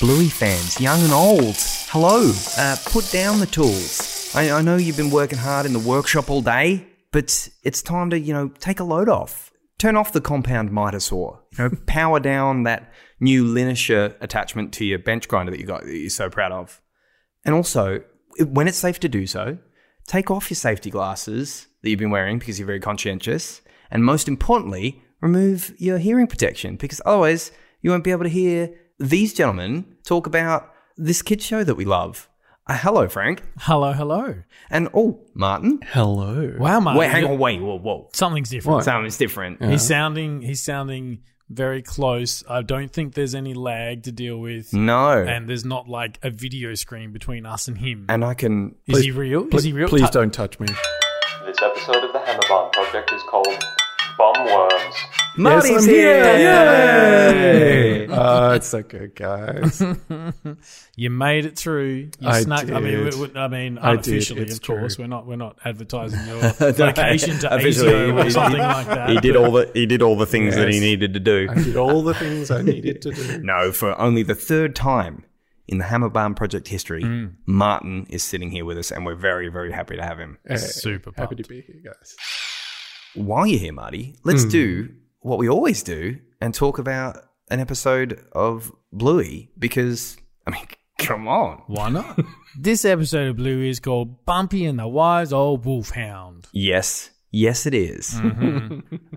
Bluey fans, young and old. Hello, uh, put down the tools. I, I know you've been working hard in the workshop all day, but it's time to, you know, take a load off. Turn off the compound mitosaur. You know, power down that new Linisher attachment to your bench grinder that you got that you're so proud of. And also, when it's safe to do so, take off your safety glasses that you've been wearing because you're very conscientious. And most importantly, remove your hearing protection because otherwise you won't be able to hear these gentlemen talk about this kids show that we love. Uh, hello, Frank. Hello, hello. And oh, Martin. Hello. Wow, Martin. Wait, hang you're- on, wait, whoa, whoa. Something's different. Sounds different. He's sounding he's sounding very close. I don't think there's any lag to deal with. Mm, No. And, And there's not like a video screen between us and him. I can. is he real? Pl- is he real? Uh, Please Tou- don't touch me. This episode of the Hammerbomb Project is called Bomb Worms. Oh, Marty's I'm here! Yay! Oh, it's so good, guys. You made it through. You I snuck. I mean, did. we, we- I mean, I did. unofficially, It's of course. true. We're not. We're not advertising your vacation to Officially, Asia he- or he- something like that. He did all the he did all the things that he Yes. needed to do. I did all the things I needed to do. No, for only the third time in the Hammerbaum project history, Martin is sitting here with us, and we're very, very happy to have him. Hey, Super happy pumped. to be here, guys. While you're here, Marty, let's do what we always do and talk about an episode of Bluey because, I mean, come on. Why not? this episode of Blue is called "Bumpy and the Wise Old Wolfhound." Yes, yes, it is.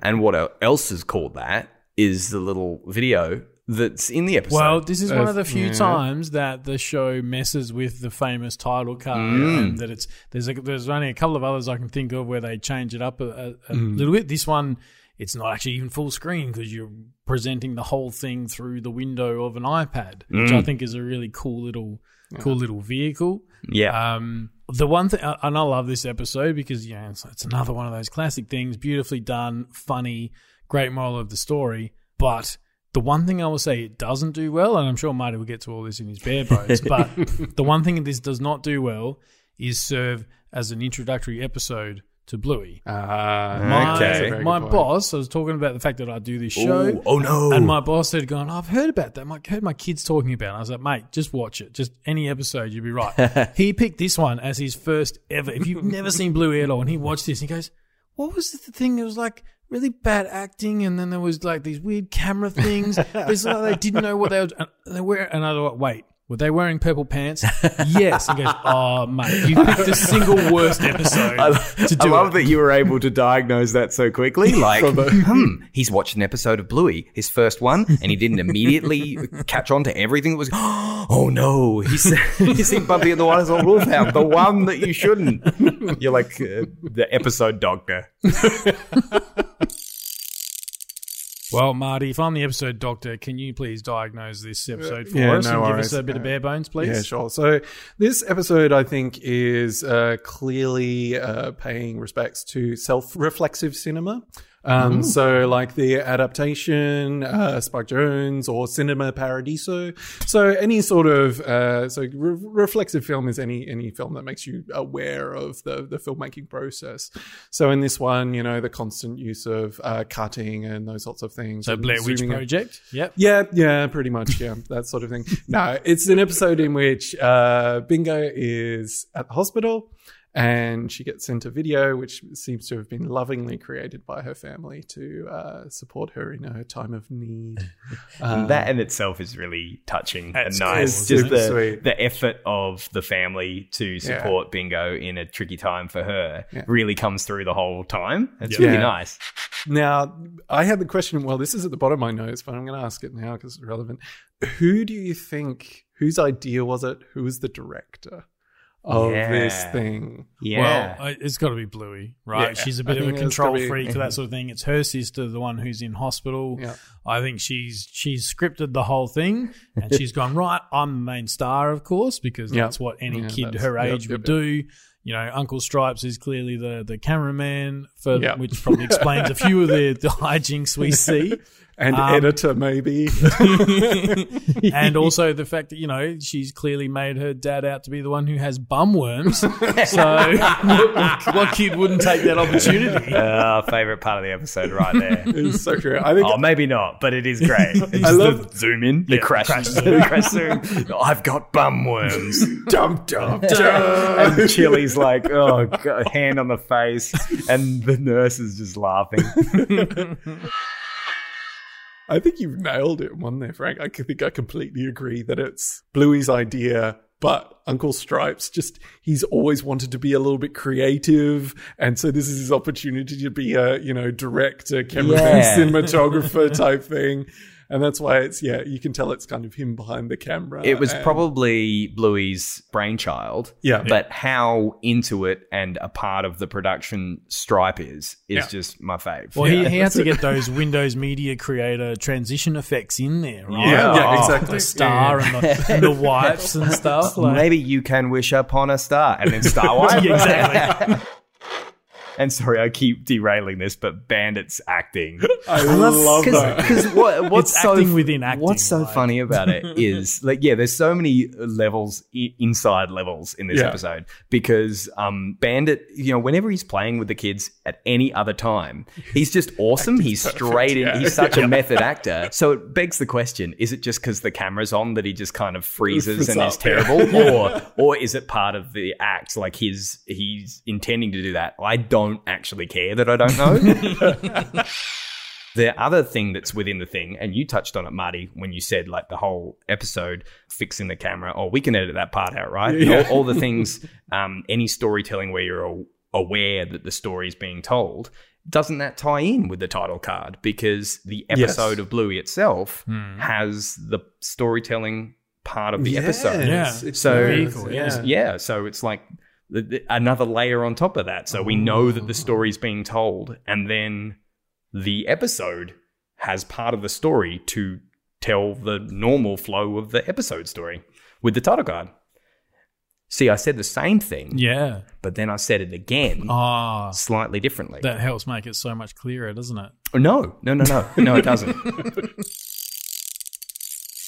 and what el- else is called that is the little video that's in the episode. Well, this is one of the That's- few yeah. times that the show messes with the famous title card, Mm. and that it's there's a, there's only a couple of others I can think of where they change it up a, a, a Mm. little bit. This one, it's not actually even full screen because you're presenting the whole thing through the window of an iPad, which Mm. I think is a really cool little cool little vehicle. yeah. Um, the one thing, and I love this episode because you know it's, it's another one of those classic things, beautifully done, funny, great moral of the story. But the one thing I will say it doesn't do well, and I'm sure Marty will get to all this in his bare bones, but the one thing this does not do well is serve as an introductory episode to Bluey. Ah, My, that's a very Okay. good my point. boss, I was talking about the fact that I do this show. Ooh, oh, no. And my boss had gone, I've heard about that. I heard my kids talking about it. I was like, mate, just watch it. Just any episode, you'll be right. he picked this one as his first ever. If you've never seen Blue Air Law, and he watched this, he goes, what was the thing? It was like really bad acting, and then there was like these weird camera things. it's like they didn't know what they were. And they were and I thought, wait, were they wearing purple pants? yes. He goes, oh mate, you picked the single worst episode to I do love it. that you were able to diagnose that so quickly. Like, hmm, he's watched an episode of Bluey, his first one, and he didn't immediately catch on to everything that was. Oh no, he's he's seen Bumpy and the One is on Wolfhound, the one that you shouldn't. You're like uh, the episode doctor. Well, Marty, if I'm the episode doctor, can you please diagnose this episode for yeah, us no and give worries. us a bit of bare bones, please? Yeah, sure. So this episode, I think, is uh, clearly uh, paying respects to self-reflexive cinema. Um, so, like the adaptation, uh, Spike Jones or Cinema Paradiso. So, any sort of uh, so re- reflexive film is any any film that makes you aware of the the filmmaking process. So, in this one, you know, the constant use of uh, cutting and those sorts of things. So and Blair Witch zooming in. Project. Yep. Yeah, yeah, pretty much. Yeah, that sort of thing. No, it's an episode in which uh, Bingo is at the hospital and she gets sent a video, which seems to have been lovingly created by her family to uh, support her in her time of need. And that in itself is really touching and That's nice. cool, Just isn't it? the, Sweet. the effort of the family to Yeah. support Bingo in a tricky time for her Yeah. really comes through the whole time. It's Yeah. really Yeah. nice. Now, I had the question. Well, this is at the bottom of my notes, but I'm going to ask it now because it's relevant. Who do you think? Whose idea was it? Who was the director of this Yeah. thing? Yeah. Well, I- it's got to be Bluey, right? Yeah. she's a I bit of a think it's control gotta be- freak for that sort of thing. It's her sister, the one who's in hospital. Yeah. I think she's she's scripted the whole thing, and she's gone right. I'm the main star, of course, because Yeah. that's what any Yeah, kid that's- her yep, age yep, would yep. do. You know, Uncle Stripes is clearly the the cameraman for Yeah. which probably explains a few of the, the hijinks we see. and editor maybe. and also the fact that you know she's clearly made her dad out to be the one who has bum worms. so what, what kid wouldn't take that opportunity? Uh, favorite part of the episode right there. it's so true. I think Oh, maybe not, but it is great. It's I just love- the zoom in, the crash, the crash zoom. I've got bum worms. dum dum dum. and Chili's like, oh, God, hand on the face, and the nurse is just laughing. I think you've nailed it one there, Frank. I c- think I completely agree that it's Bluey's idea, but Uncle Stripes just, he's always wanted to be a little bit creative. And so this is his opportunity to be a, you know, director, cameraman, Yeah. cinematographer type thing. And that's why it's, yeah, you can tell it's kind of him behind the camera. It was and- probably Bluey's brainchild. Yeah. But how into it and a part of the production Stripe is, is Yeah. just my fave. Well, he, he had to get those Windows Media Creator transition effects in there, right? Yeah, yeah, Like exactly. The star and the, and the wipes and stuff. Like, Maybe you can wish upon a star and then Star Wars. Yeah, exactly. And sorry, I keep derailing this, but Bandit's acting. I love that. Because what, what's It's so acting within acting, What's so like- funny about it is like yeah, there's so many uh, levels I- inside levels in this Yeah. episode because um Bandit, you know, whenever he's playing with the kids at any other time, he's just awesome. he's straight in. yeah. He's such a method actor. So it begs the question: Is it just because the camera's on that he just kind of freezes Freezes and is up, yeah. terrible, or or is it part of the act? Like his he's intending to do that. I don't actually care that I don't know. The other thing that's within the thing, and you touched on it, Marty, when you said like the whole episode fixing the camera, oh, we can edit that part out, right? And all- All, the things, um, any storytelling where you're aw- aware that the story is being told, doesn't that tie in with the title card? Because the Yes. episode of Bluey itself has the storytelling part of the episode. Yes, Yeah. it's So- very Vehicle, cool, yeah. Yeah, so it's like th- th- another layer on top of that. So we know that the story's being told, and then the episode has part of the story to tell the normal flow of the episode story with the title card. See, I said the same thing, yeah. but then I said it again Ah, slightly differently. Oh, that helps make it so much clearer, doesn't it? no, no, no, no, no, it doesn't.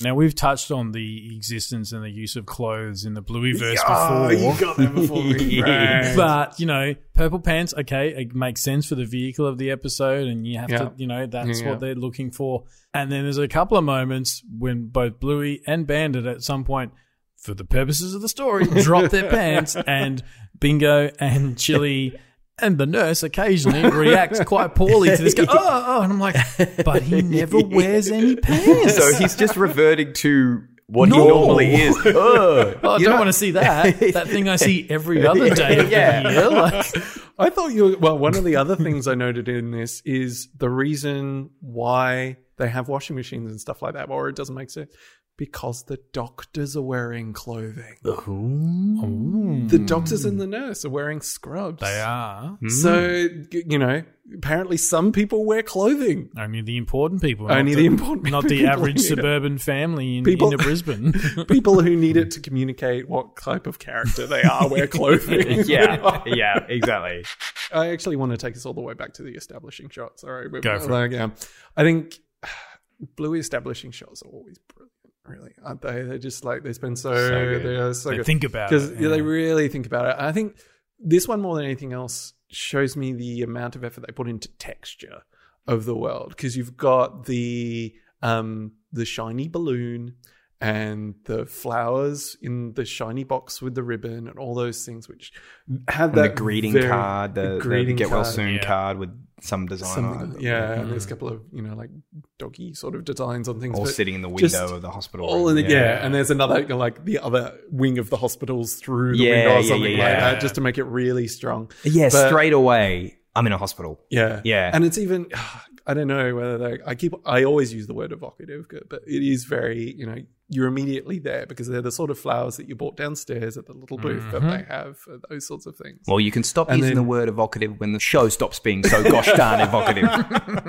Now we've touched on the existence and the use of clothes in the Bluey verse Oh, before. you got there before me. Frank. But you know, purple pants. Okay, it makes sense for the vehicle of the episode, and you have Yeah. to, you know, that's Yeah. what they're looking for. And then there's a couple of moments when both Bluey and Bandit, at some point, for the purposes of the story, drop their pants, and Bingo and Chili. And the nurse occasionally reacts quite poorly to this guy. Oh, oh, and I'm like, but he never wears any pants. so he's just reverting to what No. he normally is. Ugh. Oh, I don't want to see that. That thing I see every other day of the year. Like, I thought you. Well, one of the other things I noted in this is the reason why they have washing machines and stuff like that, or it doesn't make sense, because the doctors are wearing clothing. The doctors and the nurse are wearing scrubs. they are So y- you know, apparently some people wear clothing. only the important people, not Only the important not the people average need it. suburban family in, People- in Brisbane. People who need it to communicate what type of character they are wear clothing. yeah, yeah, exactly. I actually want to take us all the way back to the establishing shot. Sorry, but Go for it. like, um, I think Bluey establishing shots are always brilliant, really, aren't they? They're just like they spend so, So good. they're so They good think about because it. yeah, they yeah. really think about it. I think this one more than anything else shows me the amount of effort they put into texture of the world because you've got the um the shiny balloon and the flowers in the shiny box with the ribbon and all those things which have And the that greeting very- card, the, the greeting get well card. soon yeah. card with some design Something, on it. yeah, and there's a couple of you know like doggy sort of designs on things. all but sitting in the window just of the hospital. all room. in the, yeah. and there's another you know, like the other wing of the hospitals through the Yeah, window or yeah, something yeah, like yeah. that, just to make it really strong. yeah. But- straight away, I'm in a hospital. Yeah, Yeah. and it's even I don't know whether they, I keep I always use the word evocative, but it is very you know you're immediately there because they're the sort of flowers that you bought downstairs at the little booth Mm-hmm. that they have, uh, those sorts of things. Well, you can stop And using the then- word evocative when the show stops being so gosh darn evocative.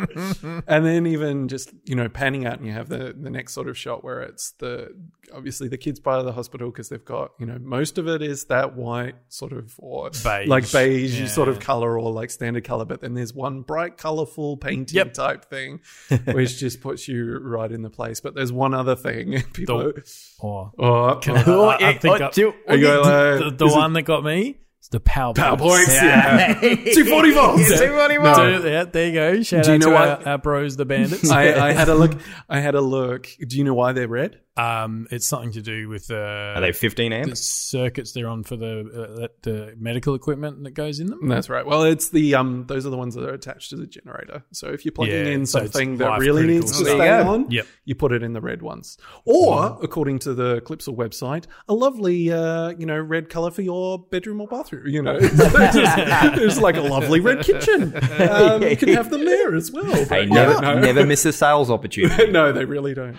and then even just you know panning out and you have the the next sort of shot where it's the obviously the kids part of the hospital because they've got you know most of it is that white sort of or Beige. like beige sort of Yeah. color or like standard color but then there's one bright colorful painting Yep. type thing which just puts you right in the place but there's one other thing people Or oh, Can I- I- I oh, think I- Are you allowed- the, the is it- one that got me is the PowerPoint. PowerPoints, yeah. 240 volts. 240 volts. So, yeah, there you go. Shout Do you out know to what- our, our bros, the bandits. I, I had a look. I had a look. Do you know why they're red? um, it's something to do with the, Are they 15 amp? the circuits they're on for the uh, the medical equipment that goes in them. That's right. Well, it's the um. Those are the ones that are attached to the generator. So if you're plugging Yeah, in so it's something that life really critical needs to stuff. stay There you go. on, Yep. Mm-hmm. you put it in the red ones. Or according to the Clipsal website, a lovely uh, you know red color for your bedroom or bathroom. You know, there's like a lovely red kitchen. Um, you can have them there as well. Hey, But- never, Yeah, no. never miss a sales opportunity. no, they really don't.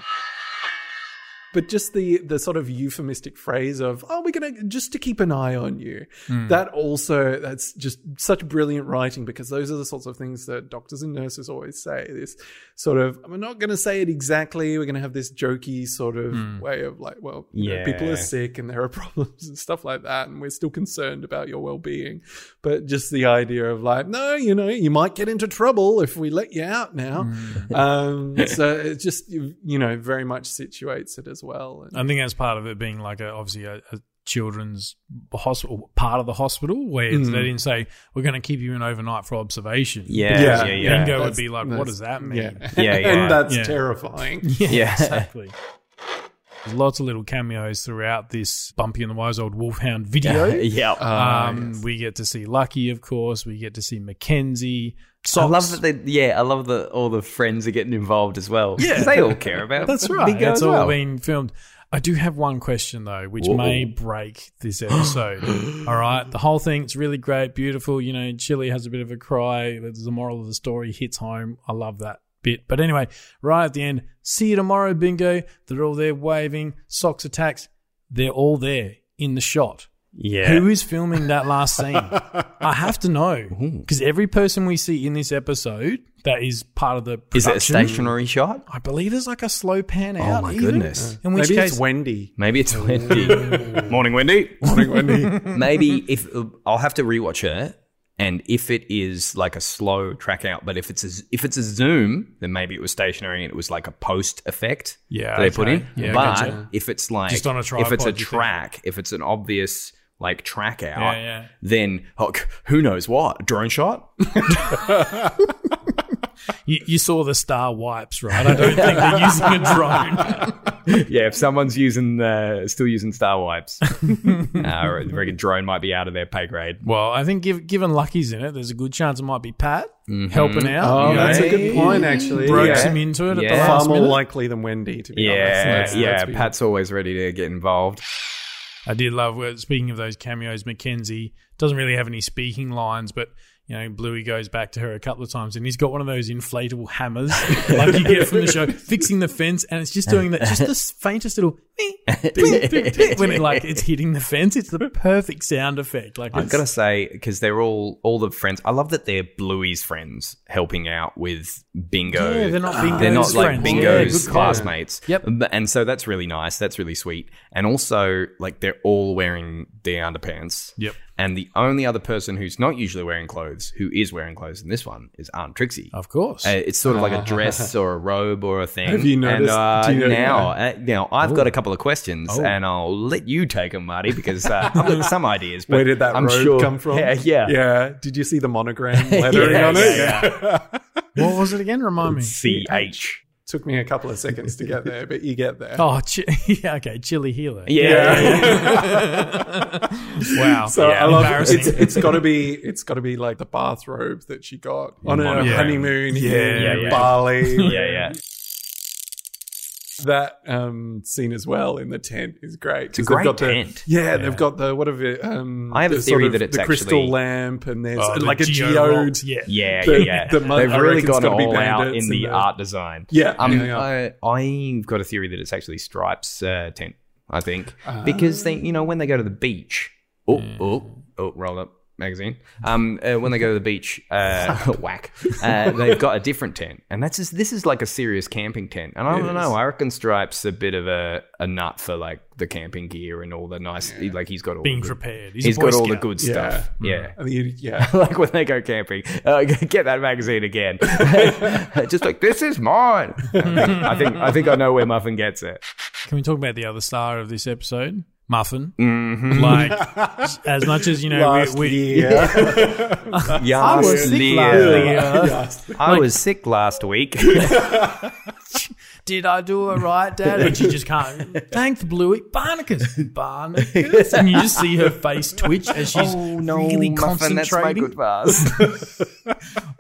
But just the the sort of euphemistic phrase of "oh, we're gonna just to keep an eye on you." That also that's just such brilliant writing because those are the sorts of things that doctors and nurses always say. This sort of "I'm not gonna say it exactly." We're gonna have this jokey sort of way of like, "Well, you know, people Yeah. are sick and there are problems and stuff like that, and we're still concerned about your well being." But just the idea of like, "No, you know, you might get into trouble if we let you out now." um, so it just you you know very much situates it as well. And I think that's part of it being like a, obviously a, a children's hospital part of the hospital where it's they didn't say we're going to keep you in overnight for observation. Yeah, Yeah. yeah, yeah. Ringo Yeah. would be like, "What that's- does that mean?" yeah, Yeah, yeah. and that's Yeah. terrifying. exactly. There's lots of little cameos throughout this Bumpy and the Wise Old Wolfhound video. Yeah. Uh, Um, We get to see Lucky, of course. We get to see Mackenzie. I love that. They, yeah, I love that all the friends are getting involved as well. Yeah, they all care about. That's right. Bingo It's as all well. been filmed. I do have one question though, which may break this episode. all right, the whole thing—it's really great, beautiful. You know, Chili has a bit of a cry. The moral of the story hits home. I love that bit. But anyway, right at the end, see you tomorrow, Bingo. They're all there waving, socks attacks. They're all there in the shot. yeah. Who is filming that last scene? I have to know because every person we see in this episode that is part of the Is production, it a stationary shot? I believe there's like a slow pan Oh out. Oh, my even. goodness. In which Maybe case, it's Wendy. Maybe it's Wendy. Morning, Wendy. Morning, Wendy. Maybe if I'll have to rewatch it, and if it is like a slow track out, but if it's a, if it's a zoom, then maybe it was stationary and it was like a post effect. Yeah, that they put okay. in. Yeah, I but gotcha. if it's like Just on a if it's tripod, you a think? track, if it's an obvious like track out, Yeah, yeah. then oh, who knows what drone shot? you, you saw the star wipes, right? I don't think they're using a drone. yeah, if someone's using uh, still using star wipes, uh, I reckon drone might be out of their pay grade. well, I think give, given Lucky's in it, there's a good chance it might be Pat helping out. Oh, you know, that's a good point, actually. Broke Oh, Yeah. him into it at the Yeah. Far last more minute. likely than Wendy, to be honest. Yeah, Let's- yeah. let's be- Pat's always ready to get involved. I did love. well, Speaking of those cameos, Mackenzie doesn't really have any speaking lines, but you know, Bluey goes back to her a couple of times, and he's got one of those inflatable hammers like you get from the show, fixing the fence, and it's just doing that, just the s- faintest little beep, beep, beep, beep, when it like it's hitting the fence. It's the perfect sound effect. Like I've it's- got to say, because they're all all the friends. I love that they're Bluey's friends helping out with Bingo. Yeah, they're not Bingo's They're not like friends. Yeah, Bingo's good call. classmates. Yep. M- And so that's really nice. That's really sweet. And also, like they're all wearing their underpants. Yep. And the only other person who's not usually wearing clothes, who is wearing clothes in this one, is Aunt Trixie. of course. Uh, it's sort of like a dress or a robe or a thing. Uh-huh. Have you And, noticed- uh, do you know- Oh. now, uh, now I've got a couple of questions, and I'll let you take them, Marty, because uh, I've got some ideas. But Where did that I'm robe sure, come from? Yeah, yeah. Yeah. Did you see the monogram lettering on it? what was it again? Remind me. C H. Took me a couple of seconds to get there, but you get there. Oh, chi- yeah, okay, chili healer. Yeah. yeah. Wow. So Yeah, I love embarrassing. it's it's got to be it's got to be like the bathrobe that she got on her Monaco. honeymoon Yeah, in yeah, yeah. Bali. yeah, yeah. That um, scene as well in the tent is great. It's a great tent. yeah, they've got the what of it? Um, I have a the theory of that it's the crystal actually- lamp, and there's Oh, the like a geode. geode. Yeah. Yeah, The- yeah, yeah. the mo- I They've really reckon it's gone gotta be all out bandits in and the the- art design. Yeah, Um, yeah, yeah. I, I've got a theory that it's actually Stripes' uh, tent. I think because they, you know, when they go to the beach, oh, Mm. oh, oh, roll up magazine. Um, uh, when they go to the beach, uh, whack. Uh, they've got a different tent, and that's just, this is like a serious camping tent. And I don't know. I reckon Stripes a bit of a, a nut for like the camping gear and all the nice. Like he's got all Being the, prepared. He's, He's a Boy got all the Scout. good stuff. Mm. Yeah I mean, yeah. like when they go camping. Uh, get that magazine again. Just like this is mine. I think, I think I think I know where Muffin gets it. Can we talk about the other star of this episode? Muffin. Mm-hmm. Like, as much as, you know, Last we, we, year. Yeah, I was sick last year. I was sick last week. Did I do it right, Dad? But you just can't. Thanks, Bluey. Barnacus. Barnacus. And you just see her face twitch as she's Oh, really concentrating. pass.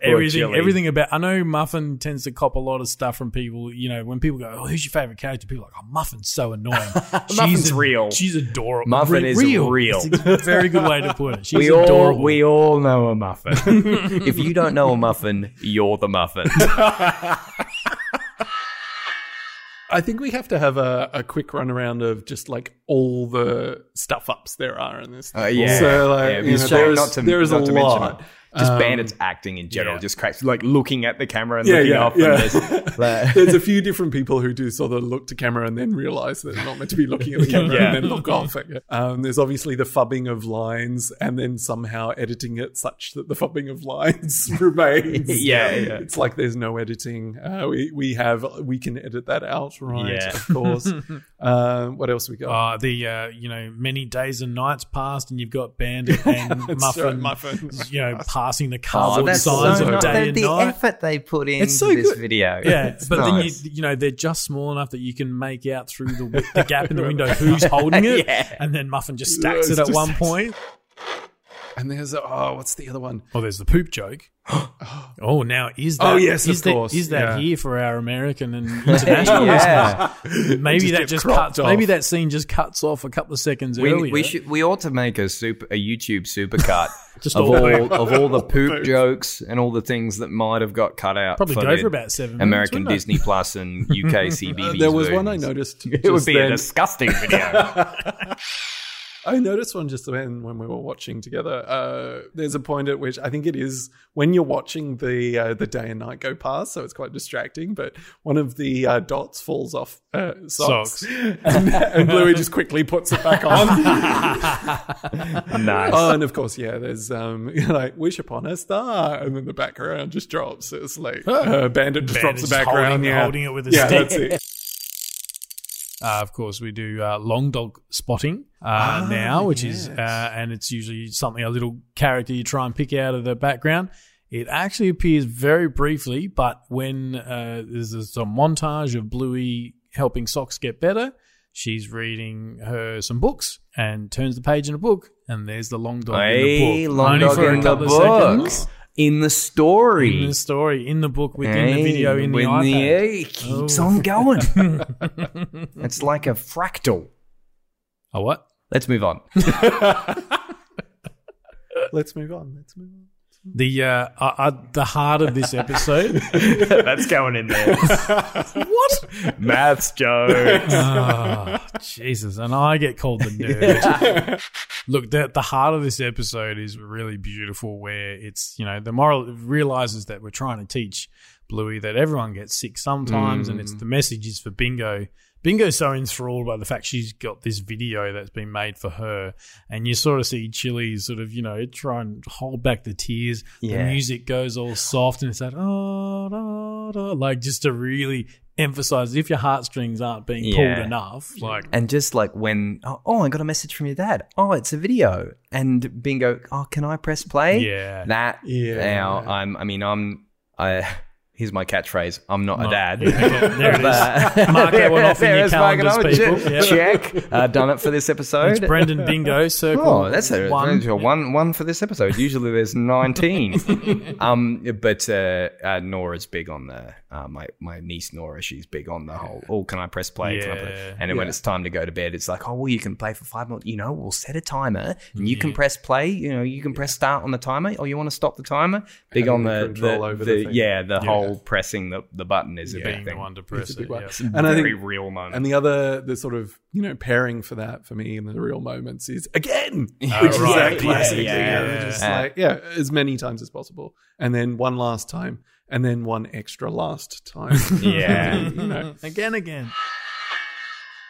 everything, Jelly. everything about. I know Muffin tends to cop a lot of stuff from people. You know, when people go, "Oh, who's your favorite character?" People are like, "Oh, Muffin's so annoying. she's Muffin's ad- real. She's adorable. Muffin Re- is real. It's a very good way to put it. She's we all adorable. we all know a muffin. if you don't know a muffin, you're the muffin. I think we have to have a, a quick runaround of just like all the stuff ups there are in this. Uh, yeah. So like Yeah, you know, just there trying is, not to- there is not a to mention lot. it. Just Um, bandits acting in general, yeah. just cracks like looking at the camera and Yeah, looking yeah, up yeah. and just like, There's a few different people who do sort of look to camera and then realize that they're not meant to be looking at the camera Yeah. and then look off. Um, there's obviously the fubbing of lines and then somehow editing it such that the fubbing of lines remains. Yeah, yeah. It's like there's no editing. Uh, we, we have, we can edit that out, right? Yeah. Of course. um, what else we got? Uh, the uh, you know many days and nights passed, and you've got Bandit and That's right, Muffin, muffin. you know, passing the Oh, cardboard that's signs so of nice. day and the night. effort they put in It's so this good. video. Yeah, It's but nice. then you you know they're just small enough that you can make out through the, wi- the gap in the window who's holding it, Yeah. and then Muffin just stacks Yeah, it it's at just- one point. And there's oh, what's the other one? Oh, there's the poop joke. Oh, now is that? Oh, yes, is of that- course, is that yeah. here for our American and international? yeah. Maybe Just that get just cropped cuts. Maybe off. that scene just cuts off a couple of seconds We, earlier. we should we ought to make a super a YouTube supercut Just of all all poop. of all the poop jokes and all the things that might have got cut out. Probably go the for about seven minutes, American wouldn't it? Disney Plus and UK CBBS. Uh, there was one I versions. noticed. It would just be a then. disgusting video. I noticed one just then when we were watching together. Uh, there's a point at which I think it is when you're watching the uh, the day and night go past, so it's quite distracting. But one of the uh, dots falls off uh, socks, Socks. and, and Bluey just quickly puts it back on. nice. oh, and of course, yeah, there's um, like wish upon a star, and then the background just drops. It's like uh, Bandit just drops Bandit's the background, holding- yeah. holding it with a yeah, stick. that's it. Uh, of course, we do uh, long dog spotting uh, now, which is, uh, and it's usually something a little character you try and pick out of the background. It actually appears very briefly, but when uh, there's a sort of montage of Bluey helping Socks get better, she's reading her some books and turns the page in a book, and there's the long dog in the Hey, book. long Only dog for a in the couple of book. seconds. In the story. In the story, in the book, within Hey, the video, in the when iPad. air keeps Oh. on going. it's like a fractal. Oh, what? Let's move on. Let's move on. Let's move on. The uh, uh, uh, the heart of this episode. That's going in there. what? Maths jokes. oh, Jesus. And I get called the nerd. Look, the, the heart of this episode is really beautiful where it's, you know, the moral it realizes that we're trying to teach Bluey that everyone gets sick sometimes and it's the message is for Bingo. Bingo's so enthralled by the fact she's got this video that's been made for her, and you sort of see Chili sort of, you know, try and hold back the tears. Yeah. The music goes all soft, and it's that oh, da, da, like just to really emphasize if your heartstrings aren't being Yeah. pulled enough, like And just like when, oh, oh, I got a message from your dad. Oh, it's a video. And bingo, oh, can I press play? Yeah. That. Yeah. Now, I'm, I mean, I'm, I, Here's my catchphrase. I'm not a dad. uh, Okay, there it is. But- Mark that one Yeah, off in there your is Mark and calendars, Owen. people. Yeah. Check. Check. I've done it for this episode. It's Brendan Bingo Circle. Oh, that's a one. one. one one for this episode. Usually there's nineteen. um, but uh, uh, Nora's big on the uh, my my niece Nora. She's big on the whole. Oh, can I press play? Can I play? Yeah. And then when it's time to go to bed, it's like, oh, well, you can play for five more. You know, we'll set a timer, and you can press play. You know, you can press start on the timer, or you want to stop the timer. Big Having on the the, control the, over the- the thing. yeah the whole pressing the, the button is a Being big the thing. one to press It's a big it. one. yeah. And I Very think real moment. and the other the sort of you know pairing for that for me in the real moments is again, which Oh, is right. that Yeah, classic yeah, thing. yeah, of yeah. Just Yeah. like yeah, as many times as possible, and then one last time, and then one extra last time. yeah. You know. Again, again.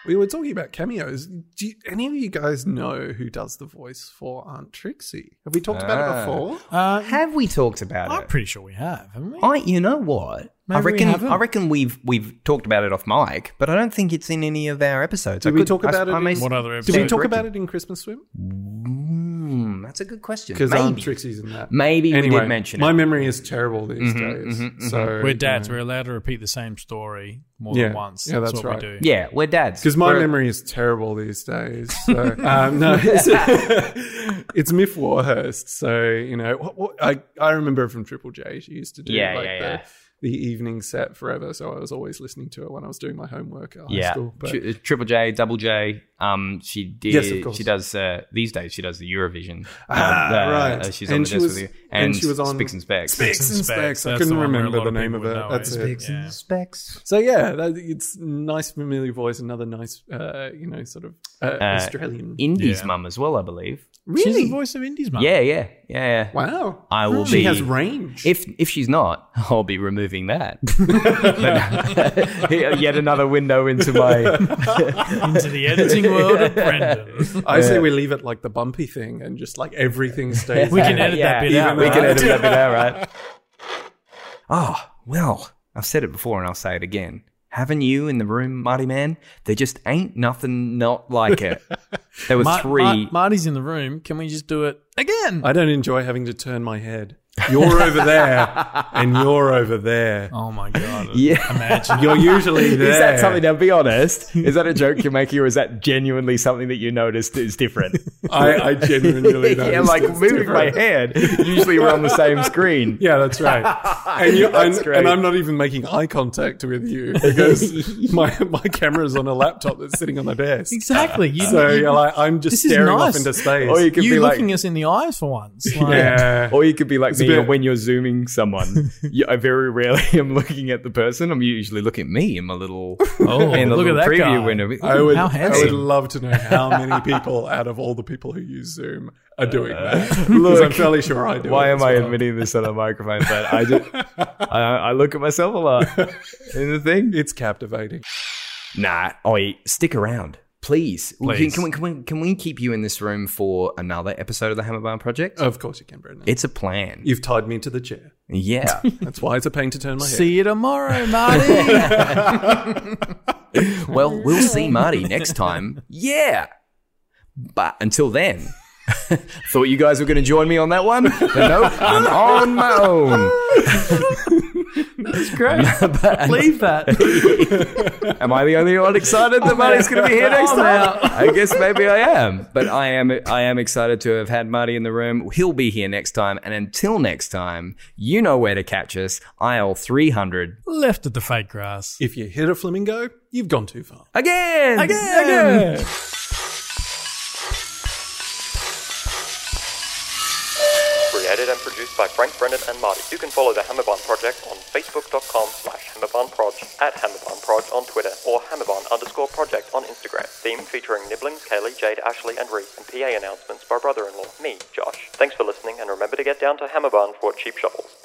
We were talking about cameos. Do you, any of you guys know who does the voice for Aunt Trixie? Have we talked about Ah. it before? Uh, Have we talked about I'm it? pretty sure we have, haven't we? I, you know what? I Maybe we reckon, haven't. I reckon we've we've talked about it off mic, but I don't think it's in any of our episodes. Did I we could- talk I- about it I may- in- What other Did episode? we talk about it in Christmas Swim? Mm, that's a good question. Because Aunt Maybe. Trixie's in that. Maybe um, anyway, we did mention my it. Mm-hmm, memory is terrible these days. So We're dads. We're allowed to repeat the same story more Yeah. than once. Yeah, that's what right. we do. yeah, we're dads. Because my We're- memory is terrible these days. So, um, no, it's, it's Miff Warhurst. So you know, what, what, I I remember from Triple J. She used to do Yeah, like yeah, the, yeah. the evening set forever. So I was always listening to her when I was doing my homework at high yeah, school. But Tri- Triple J, Double J. Um, she did. Yes, of course. She does uh, these days. She does the Eurovision. Ah, Uh, uh, right. She's And on the she desk was- with you. and And, she was on Spicks and Specs. Spicks and Specs. I That's couldn't the one where a remember lot the of name of people it. would know That's it. Spicks and Specs. so yeah, that, it's nice familiar voice. Another nice, uh, you know, sort of uh, Australian. Indies Yeah. mum as well, I believe. She's the voice of Indies, mum. Yeah, yeah, yeah. yeah. Wow. I will She be- has range. If if she's not, I'll be removing that. But- yet another window into my. Into the editing world of Brendan. I Uh, say we leave it like the bumpy thing, and just like everything stays. We can edit that bit even out, We right? can edit that bit out, right? Oh well, I've said it before and I'll say it again. Haven't you in the room, Marty Man? There just ain't nothing not like it. There were Mar- three. Mar- Marty's in the room. Can we just do it again? I don't enjoy having to turn my head. You're over there, and you're over there. oh my god. yeah. Imagine. You're usually there. Is that something? Now, be honest. Is that a joke you're making, or is that genuinely something that you noticed is different? I, I genuinely know. yeah, like moving my hand. Usually, we're on the same screen. Yeah, that's right. And, you, That's and, great. and I'm not even making eye contact with you because my my camera's on a laptop that's sitting on the desk. Exactly. You, So you- you're like, I'm just This is staring nice. off into space. Or you could you be like, looking us in the eyes for once. Like, yeah. Or you could be like a me bit- when you're zooming someone. you, I very rarely am looking at the person. I'm usually looking at me in my little Oh, in the look at little that preview guy. window. I would, How I would handsome. love to know how many people out of all the people who use Zoom are doing that. 'Cause I'm look, fairly sure I do. Uh, Why it am as I well. admitting this on a microphone? But I just I, I look at myself a lot in the thing. It's captivating. Nah, oi, stick around. Please. We Please. Can, can, we, can, we, can we keep you in this room for another episode of the Hammer Barn Project? Of course you can, Brendan. it's a plan. You've tied me to the chair. yeah. That's why it's a pain to turn my head. See you tomorrow, Marty. Well, we'll see Marty next time. Yeah. But until then, thought you guys were going to join me on that one, but no, I'm on my own. That's great. Leave that. am I the only one excited that Marty's going to be here next time? I guess maybe I am, but I am. I am excited to have had Marty in the room. He'll be here next time, and until next time, you know where to catch us. Aisle three hundred Left at the fake grass. If you hit a flamingo, you've gone too far. again. Again. Created and produced by Frank Brennan and Marty. You can follow the Hammerbond Project on facebook.com slash hammerbondproj, at hammerbondproj on Twitter, or hammerbond underscore project on Instagram. Theme featuring Nibblings, Kaylee, Jade, Ashley, and Reese, and PA announcements by brother-in-law, me, Josh. Thanks for listening, and remember to get down to Hammerbond for cheap shovels.